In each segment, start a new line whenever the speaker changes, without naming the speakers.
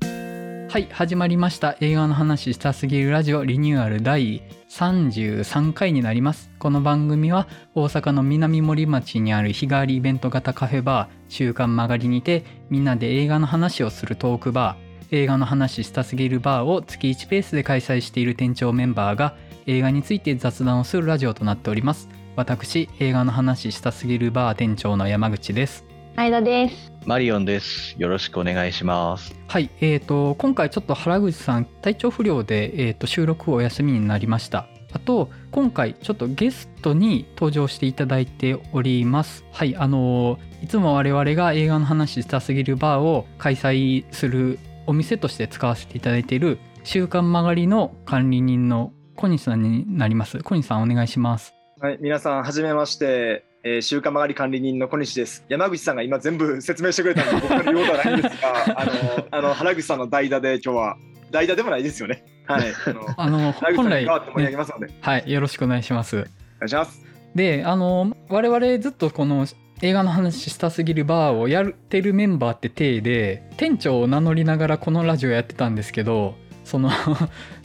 はい始まりました映画の話したすぎるラジオリニューアル第33回になりますこの番組は大阪の南森町にある日替わりイベント型カフェバー週刊曲がりにてみんなで映画の話をするトークバー映画の話したすぎるバーを月1ペースで開催している店長メンバーが映画について雑談をするラジオとなっております私映画の話したすぎるバー店長の山口です
前田です。
マリオンです。よろしくお願いします。
はい、えー、と今回ちょっと原口さん体調不良で、えー、と収録をお休みになりましたあと今回ちょっとゲストに登場していただいておりますはいあのーいつも我々が映画の話したすぎるバーを開催するお店として使わせていただいている週刊曲がりの管理人の小西さんになります小西さんお願いします
はい、皆さん、はじめまして、えー、週刊曲がり管理人の小西です。山口さんが今、全部説明してくれたので、僕から言うことはないんですが、あ のあの原口さんの代打で、今日は、代打でもないですよね。はい、あの
あの
原口さ
本
んに代
来、
わって盛り上げ
ね
ますので、
はいよろしくお願いします
お願いします。
であの我々ずっとこの映画の話したすぎるバーをやってるメンバーって体で店長を名乗りながらこのラジオやってたんですけどその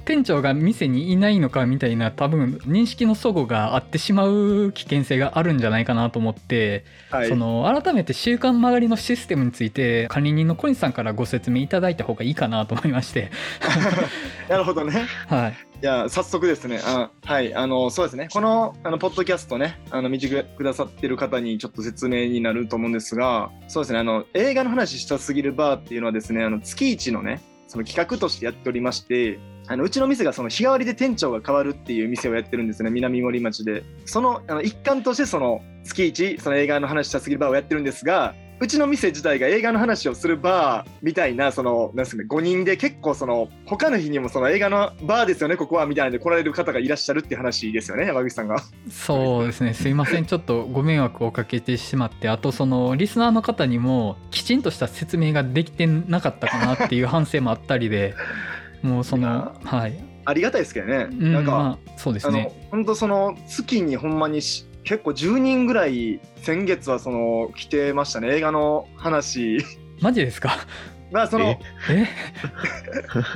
店長が店にいないのかみたいな多分認識の齟齬があってしまう危険性があるんじゃないかなと思って、
はい
そ、の改めて「週刊曲がり」のシステムについて管理人の小西さんからご説明いただいた方がいいかなと思いまして、
なるほどね。
はい、
いや、早速ですね。あはい、あの、そうですね。この、あの、ポッドキャストね、あの、見てくださってる方にちょっと説明になると思うんですが、そうですね。あの、映画の話したすぎるバーっていうのはですね、あの、月一のね、その企画としてやっておりまして、あの、うちの店がその日替わりで店長が変わるっていう店をやってるんですね、南森町で。その、あの、一環としてその、月一、その映画の話したすぎるバーをやってるんですが、うちの店自体が映画の話をするバーみたいな、その、なんですかね、5人で結構その、他の日にもその映画のバーですよね、ここは、みたいなんで来られる方がいらっしゃるって話ですよね、山口さんが。
そうですねすいませんちょっとご迷惑をおかけしてしまってあとそのリスナーの方にもきちんとした説明ができてなかったかなっていう反省もあったり でもうそ
い
の
や
はい、
ありがたいですけどね。
うん、
なんか、
まあそうです
あ
ね
の、本当その、月にほんまにし結構10人ぐらい、先月はその、来てましたね、映画の話。
マジです か
まあ、その
え、
え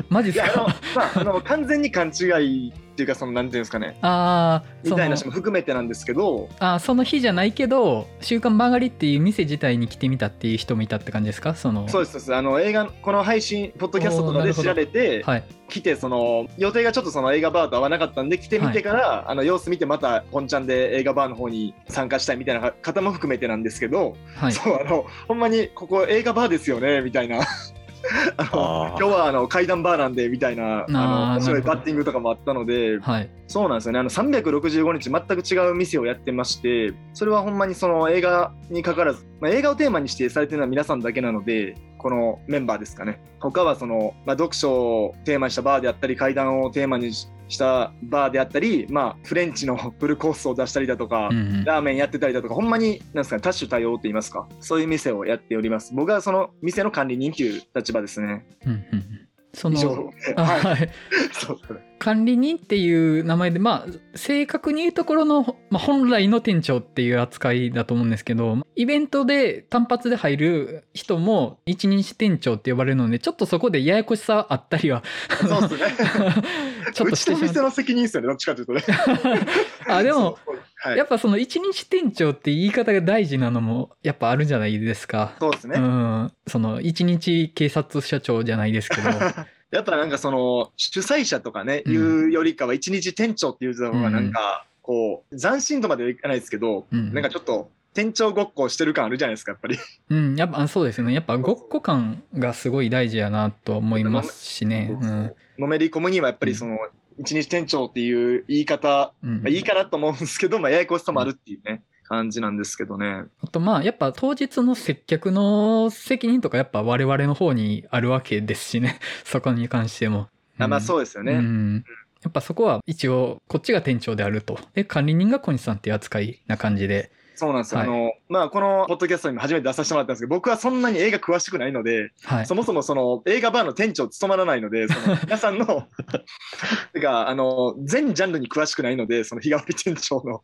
マジ
い
です
や、あの
か、
まあ、あの、完全に勘違いっていうか、その、なんていうんですかね、
あー
み
そ
たいな
の
話も含めてなんですけど、
あーその日じゃないけど「週刊曲がり」っていう店自体に来てみたっていう人もいたって感じですかその
そうです、そうです。あの、映画、この配信、ポッドキャストと
おーなる
かで
ほど
知られて、
はい
来てその予定がちょっとその映画バーと合わなかったんで来てみてから、あの様子見てまた本ちゃんで映画バーの方に参加したいみたいな方も含めてなんですけど、
はい
そうあのほんまにここ映画バーですよねみたいなあの
あ
今日はあの階段バーなんでみたいなあの
なるほ
面
ど
白いバッティングとかもあったので
はい
そうなんですよねあの365日全く違う店をやってましてそれはほんまにその映画にかかわらず、まあ、映画をテーマに指定されてるのは皆さんだけなのでこのメンバーですかね他はその、まあ、読書をテーマにしたバーであったり階段をテーマにししたバーであったり、まあ、フレンチのフルコースを出したりだとか、
うんうん
ラーメンやってたりだとかほんまになんですか、ね、多種多様と言いますかそういう店をやっております僕はその店の管理人という立場ですね
うんうんうんそ
以上
のあ
はい
はい
そう
管理人っていう名前でまあ正確に言うところの、まあ、本来の店長っていう扱いだと思うんですけどイベントで単発で入る人も一日店長って呼ばれるのでちょっとそこでややこしさあったりは
そうですね
ちょっ
う
とし
ち
て
の
しまっ
店の責任ですよねどっちかというとね
た あでも
そうそうはい
やっぱその一日店長って言い方が大事なのもやっぱあるんじゃないですか。
そうですね、
うん、その一日警察署長じゃないですけ ど
やっぱなんかその主催者とかね、
うん
いうよりかは一日店長っていう方がなんかこう斬新とまではいかないですけど、
うん
なんかちょっと店長ごっこしてる感あるじゃないですかやっぱり。
うん、やっぱあそうですねやっぱごっこ感がすごい大事やなと思いますしね。うん
のめり込むにはやっぱりその一日店長っていう言い方、
うん
まあ、いいかなと思うんですけど、まあ、ややこしさもあるっていうね感じなんですけどね。
あとまあやっぱ当日の接客の責任とかやっぱ我々の方にあるわけですしね そこに関しても。
あまあ
う
そうですよ
う
ね。
んやっぱそこは一応こっちが店長であるとで管理人が小西さんっていう扱いな感じで
そうなんですよ。
はい
あのまあこのポッドキャストにも初めて出させてもらったんですけど僕はそんなに映画詳しくないので、
はい
そもそもその映画バーの店長を務まらない ので、その皆さんの、てか、あの、全ジャンルに詳しくないので、その日替わり店長の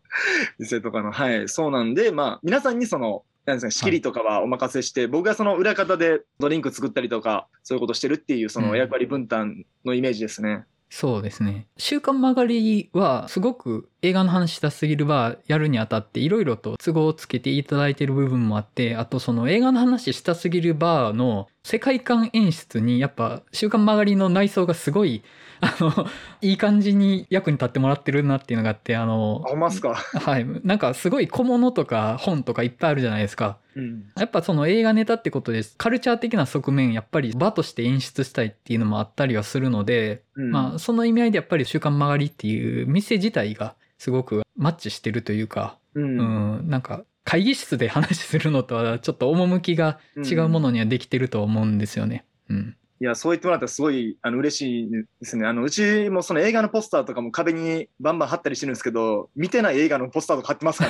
店とかの、はい、そうなんで、まあ、皆さんにその、なんですか仕切りとかはお任せして、僕がその裏方でドリンク作ったりとかそういうことしてるっていうその役割分担のイメージですね。
そうですね。週刊曲がりは、すごく映画の話したすぎるバーやるにあたって、いろいろと都合をつけていただいている部分もあって、あとその映画の話したすぎるバーの世界観演出に、やっぱ週刊曲がりの内装がすごい、あの、いい感じに役に立ってもらってるなっていうのがあって、あの
あ、ほんまっすか。
はい。なんかすごい小物とか本とかいっぱいあるじゃないですか。
うん、
やっぱその映画ネタってことです。カルチャー的な側面、やっぱり場として演出したいっていうのもあったりはするので、
うん
まあその意味合いでやっぱり「週刊曲がり」っていう店自体がすごくマッチしてるというか、
うん
うんなんか会議室で話するのとはちょっと趣が違うものにはできてると思うんですよね。うん、
いや、そう言ってもらったらすごいあの嬉しいですね。あの、うちもその映画のポスターとかも壁にバンバン貼ったりしてるんですけど、見てない映画のポスターとか貼ってますから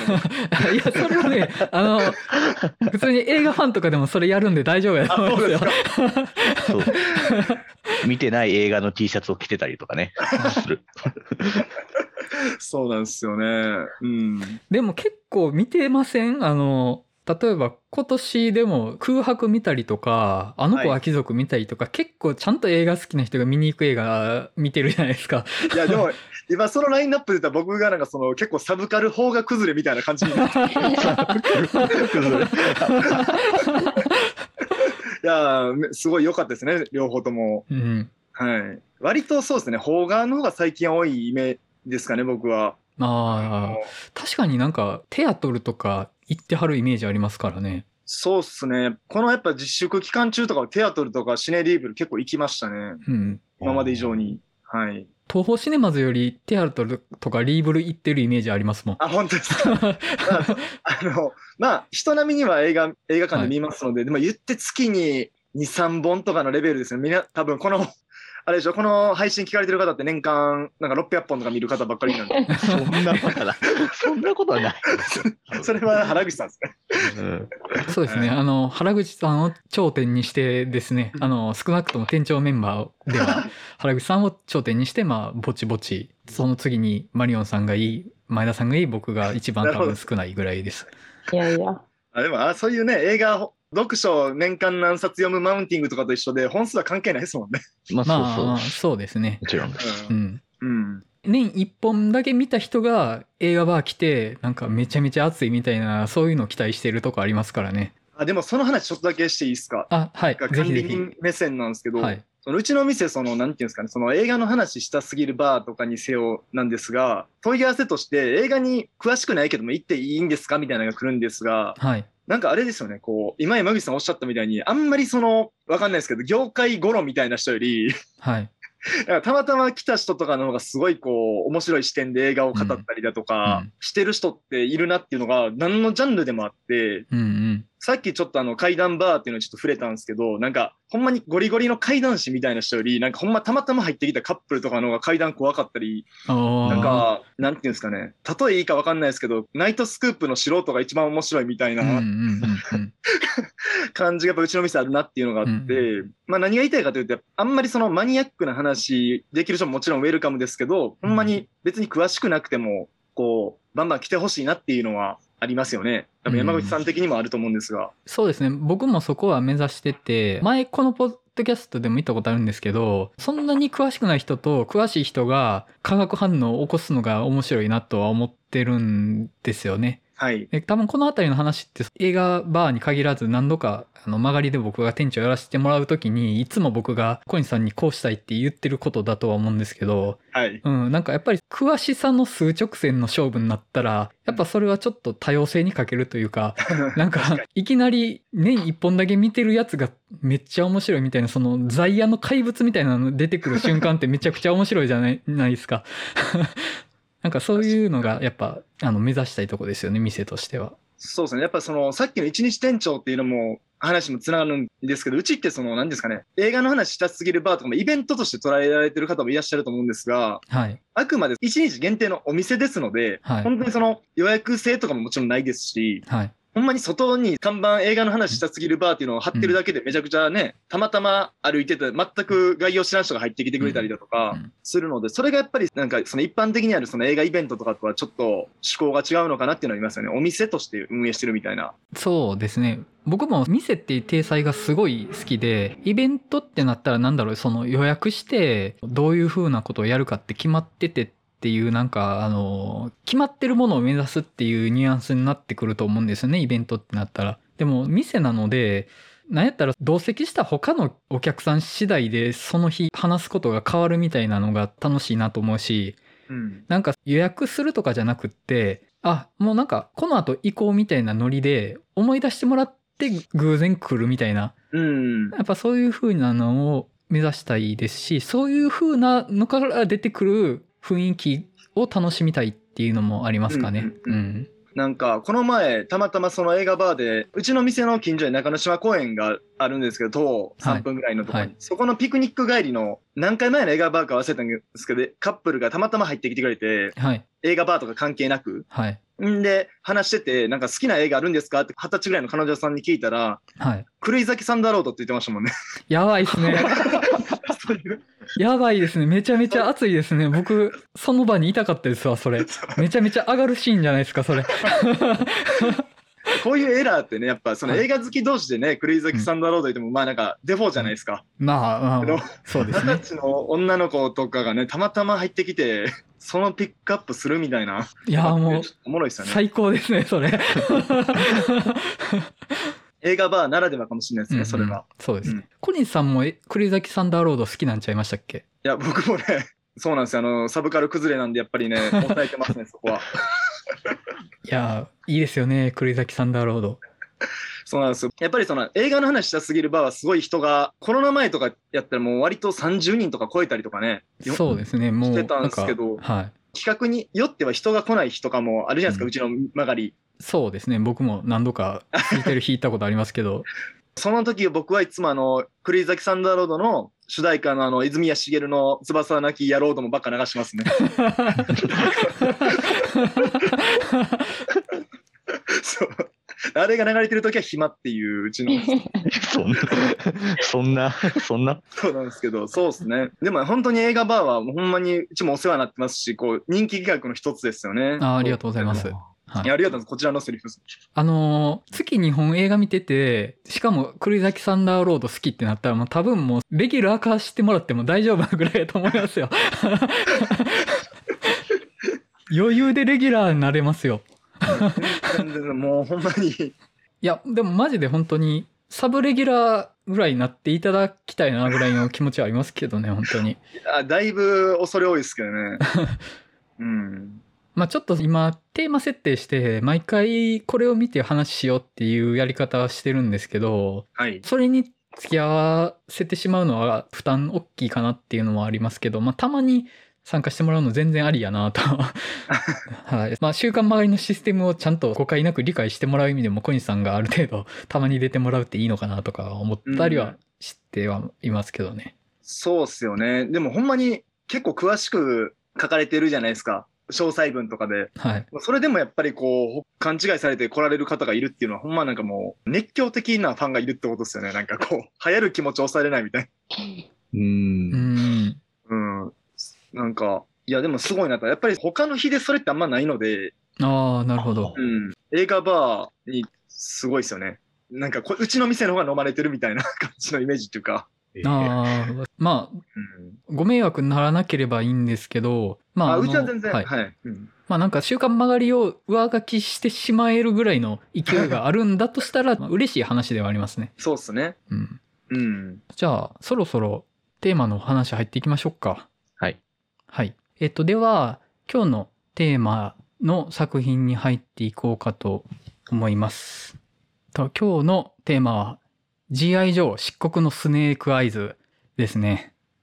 ね。
いやそれはねあの普通に映画ファンとかでもそれやるんで大丈夫やと思いますよ。
そう。見てない映画の T シャツを着てたりとかね。する。
そうなんですよね。うん。
でも結構見てませんあの例えば今年でも空白見たりとか、あの子は貴族見たりとか、結構ちゃんと映画好きな人が見に行く映画見てるじゃないですか。
いや、でも、今そのラインナップで言ったら僕がなんかその結構サブカル方が崩れみたいな感じになって。いや、すごい良かったですね、両方とも。
うん。
はい。割とそうですね、邦画の方が最近多いイメージですかね、僕は。
ああ、確かになんかテアトルとか行ってはるイメージありますからね。
そうっすね。このやっぱ自粛期間中とかはテアトルとかシネディーブル結構行きましたね。
うん。
今まで以上に。はい。
東宝シネマズよりテアトルとかリーブル行ってるイメージあり ますもん。
あ、本当です か。あの、まあ、人並みには映画、映画館で見ますので、でも言って月に2、3本とかのレベルですね。みんな、多分この、あれでしょ、この配信聞かれてる方って年間、なんか600本とか見る方ばっかりな んで、
そんなことはない。 そんなことはない。
それは原口さんですね。
うん
そうですね。あの、原口さんを頂点にしてですね、あの、少なくとも店長メンバーで は、原口さんを頂点にして、まあ、ぼちぼち、その次にマリオンさんがいい、前田さんがいい、僕が一番多分少ないぐらいです。
いやいや。
あでもあ、そういうね、映画、読書年間何冊読むマウンティングとかと一緒で、本数は関係ないですもんね。
まあ、
まあ、
そうそう。
ま
も
あそうですね。
ちろん。
うん。
うん。
年一本だけ見た人が映画バー来てなんかめちゃめちゃ熱いみたいなそういうのを期待してるとこありますからね
あ、でもその話ちょっとだけしていいですか。
あはい
管
ぜひぜ
理
ひ
人目線なんですけど、
はい
そのうちの店、その、なんていうんですかね、その映画の話したすぎるバーとかにせよなんですが、問い合わせとして映画に詳しくないけども行っていいんですかみたいなのが来るんですが、
はい
なんかあれですよね、こう、今山口さんおっしゃったみたいに、あんまりその、わかんないですけど、業界ゴロみたいな人より、
はい
だからたまたま来た人とかの方がすごいこう、面白い視点で映画を語ったりだとか、
うん
してる人っているなっていうのが、何のジャンルでもあって、
うんうん
さっきちょっとあの階段バーっていうのにちょっと触れたんですけど、なんかほんまにゴリゴリの階段師みたいな人より、なんかほんまたまたま入ってきたカップルとかの方が階段怖かったり、
あ
なん
あ
か、なんていうんですかね、例えいいかわかんないですけど、ナイトスクープの素人が一番面白いみたい
うんうんう
なん
うん
感じがやっぱうちの店あるなっていうのがあって、まあ何が言いたいかというと、あんまりそのマニアックな話できる人ももちろんウェルカムですけど、ほんまに別に詳しくなくても、こう、バンバン来てほしいなっていうのはありますよね。多分山口さん的にもあると思うんですが。
そうですね僕もそこは目指してて前このポッドキャストでも見たことあるんですけどそんなに詳しくない人と詳しい人が化学反応を起こすのが面白いなとは思ってるんですよね
はい。
で多分この辺りの話って映画バーに限らず何度かあの曲がりで僕が店長やらせてもらう時にいつも僕が小西さんにこうしたいって言ってることだとは思うんですけど、
はい。
うん、なんかやっぱり詳しさの数直線の勝負になったらやっぱそれはちょっと多様性に欠けるというかなんかいきなり年一本だけ見てるやつがめっちゃ面白いみたいなその在野の怪物みたいなの出てくる瞬間ってめちゃくちゃ面白いじゃないないですか。 なんかそういうのがやっぱあの目指したいとこですよね店としては。
そうですね。やっぱその、さっきの一日店長っていうのも、話もつながるんですけど、うちってその、何ですかね、映画の話したすぎるバーとかもイベントとして捉えられてる方もいらっしゃると思うんですが、
はい。
あくまで一日限定のお店ですので、
はい
本当にその予約制とかももちろんないですし、
はい。
ほんまに外に看板映画の話したすぎるバーっていうのを貼ってるだけでめちゃくちゃね、たまたま歩いてて全く概要知らん人が入ってきてくれたりだとか
うん
するので、それがやっぱりなんかその一般的にあるその映画イベントとかとはちょっと趣向が違うのかなっていうのはありますよねお店として運営してるみたいな
そうですね僕も店っていう体裁がすごい好きでイベントってなったらなんだろうその予約してどういう風なことをやるかって決まっててっていうなんかあの決まってるものを目指すっていうニュアンスになってくると思うんですよねイベントってなったら。でも店なのでなんやったら同席した他のお客さん次第でその日話すことが変わるみたいなのが楽しいなと思うし
うん
なんか予約するとかじゃなくって、あ、もうなんかこの後行こうみたいなノリで思い出してもらって偶然来るみたいな。
うん
やっぱそういう風なのを目指したいですし、そういう風なのから出てくる雰囲気を楽しみたいっていうのもありますかね。
う
うんん
うんなんかこの前たまたまその映画バーでうちの店の近所に中之島公園があるんですけど徒歩
はい
3分ぐらいのところに、
はい
そこのピクニック帰りの何回前の映画バーか忘れたんですけどカップルがたまたま入ってきてくれて
はい。
映画バーとか関係なく
はい。
んで話しててなんか好きな映画あるんですかって二十歳ぐらいの彼女さんに聞いたら
はい。
狂い咲きサンダーロードって言ってました もんね。
やばいです ね。
そういう
やばいですね。めちゃめちゃ熱いですね。僕、その場にいたかったです わ、それ。めちゃめちゃ上がるシーンじゃないですか、それ。
こういうエラーってねやっぱその
はい
映画好き同士でね狂い咲きサンダーロード言ってもまあなんかデフォじゃないですか。
まあ、まあ
あ
ま
の
あ、そうです
二
ね。
十歳の女の子とかがねたまたま入ってきてそのピックアップするみたいない
やーもう
ちょっとおもろいですよね
最高ですねそ れ
映画バーならではかもしれないですね、それ
うんうん
は
そうですね、
うん
コリンさんもえ栗崎サンダーロード好きなんちゃいましたっけ
いや僕もねそうなんですよあのサブカル崩れなんでやっぱりね 抑えてますねそこはい
やーいいですよね栗崎サンダーロード
そうなんですよやっぱりその映画の話したすぎるバーはすごい人がコロナ前とかやったらもう割と30人とか超えたりとかねよ
そうですねもう
してたんですけど
なんかはい
企画によっては人が来ない日とかもあるじゃないです
う
か、うんちの曲がり
そうですね僕も何度か聞いてる弾いたことありますけど
その時僕はいつもあの狂い咲きサンダーロードの主題歌のあの泉谷しげるの翼なき野郎どもばっか流しますね そうあれが流れてる時は暇っていうう ちの
そんな、そんな、そんな。
そうなんですけど、そうですね。でも本当に映画バーは、ほんまにうちもお世話になってますし、こう、人気企画の一つですよね。
あーありがとうございます
い
はい
や、ありがとうございます。こちらのセリフです。
あのー月2本映画見てて、しかも、栗崎サンダーロード好きってなったら、もう多分もう、レギュラー化してもらっても大丈夫なぐらいだと思いますよ。 余裕でレギュラーになれますよ。
全然もうほんまに、
いや、でもマジで本当に、サブレギュラーぐらいになっていただきたいなぐらいの気持ちはありますけどね、本当に。
あだいぶ恐れ多いですけど ね。うん。
まあちょっと今、テーマ設定して、毎回これを見て話しようっていうやり方はしてるんですけど、
はい。
それに付き合わせてしまうのは負担大きいかなっていうのもありますけど、まあ、たまに参加してもらうの全然ありや なと。はい。まあ、週刊周りのシステムをちゃんと誤解なく理解してもらう意味でも、小西さんがある程度、たまに出てもらうっていいのかなとか思ったりはしてはいますけどね。
そうっすよね。でもほんまに結構詳しく書かれてるじゃないですか。詳細文とかで。
はい。
それでもやっぱりこう、勘違いされて来られる方がいるっていうのは、ほんまなんかもう、熱狂的なファンがいるってことですよね。なんかこう、流行る気持ちを抑えれないみたいな。
う。
うんん。
うん、なんか、いや、でもすごいなと、やっぱり他の日でそれってあんまないので、
ああ、なるほど。
うん、映画バーにすごいですよね。なんかこう、うちの店の方が飲まれてるみたいな感じのイメージっていうか。
ああ、まあ、
うん
ご迷惑にならなければいいんですけど、まあ、
あ、
あの
うちは全然、
は
はいい。うん
まあなんか週刊曲がりを上書きしてしまえるぐらいの勢いがあるんだとしたら、まあ 嬉しい話ではありますね。
そうっすね。
うん。
うん。
じゃあ、そろそろテーマの話入っていきましょうか。
はい。
はい。えっと、では、今日のテーマの作品に入っていこうかと思います。と今日のテーマは、G.I. 上漆黒のスネークアイズですね。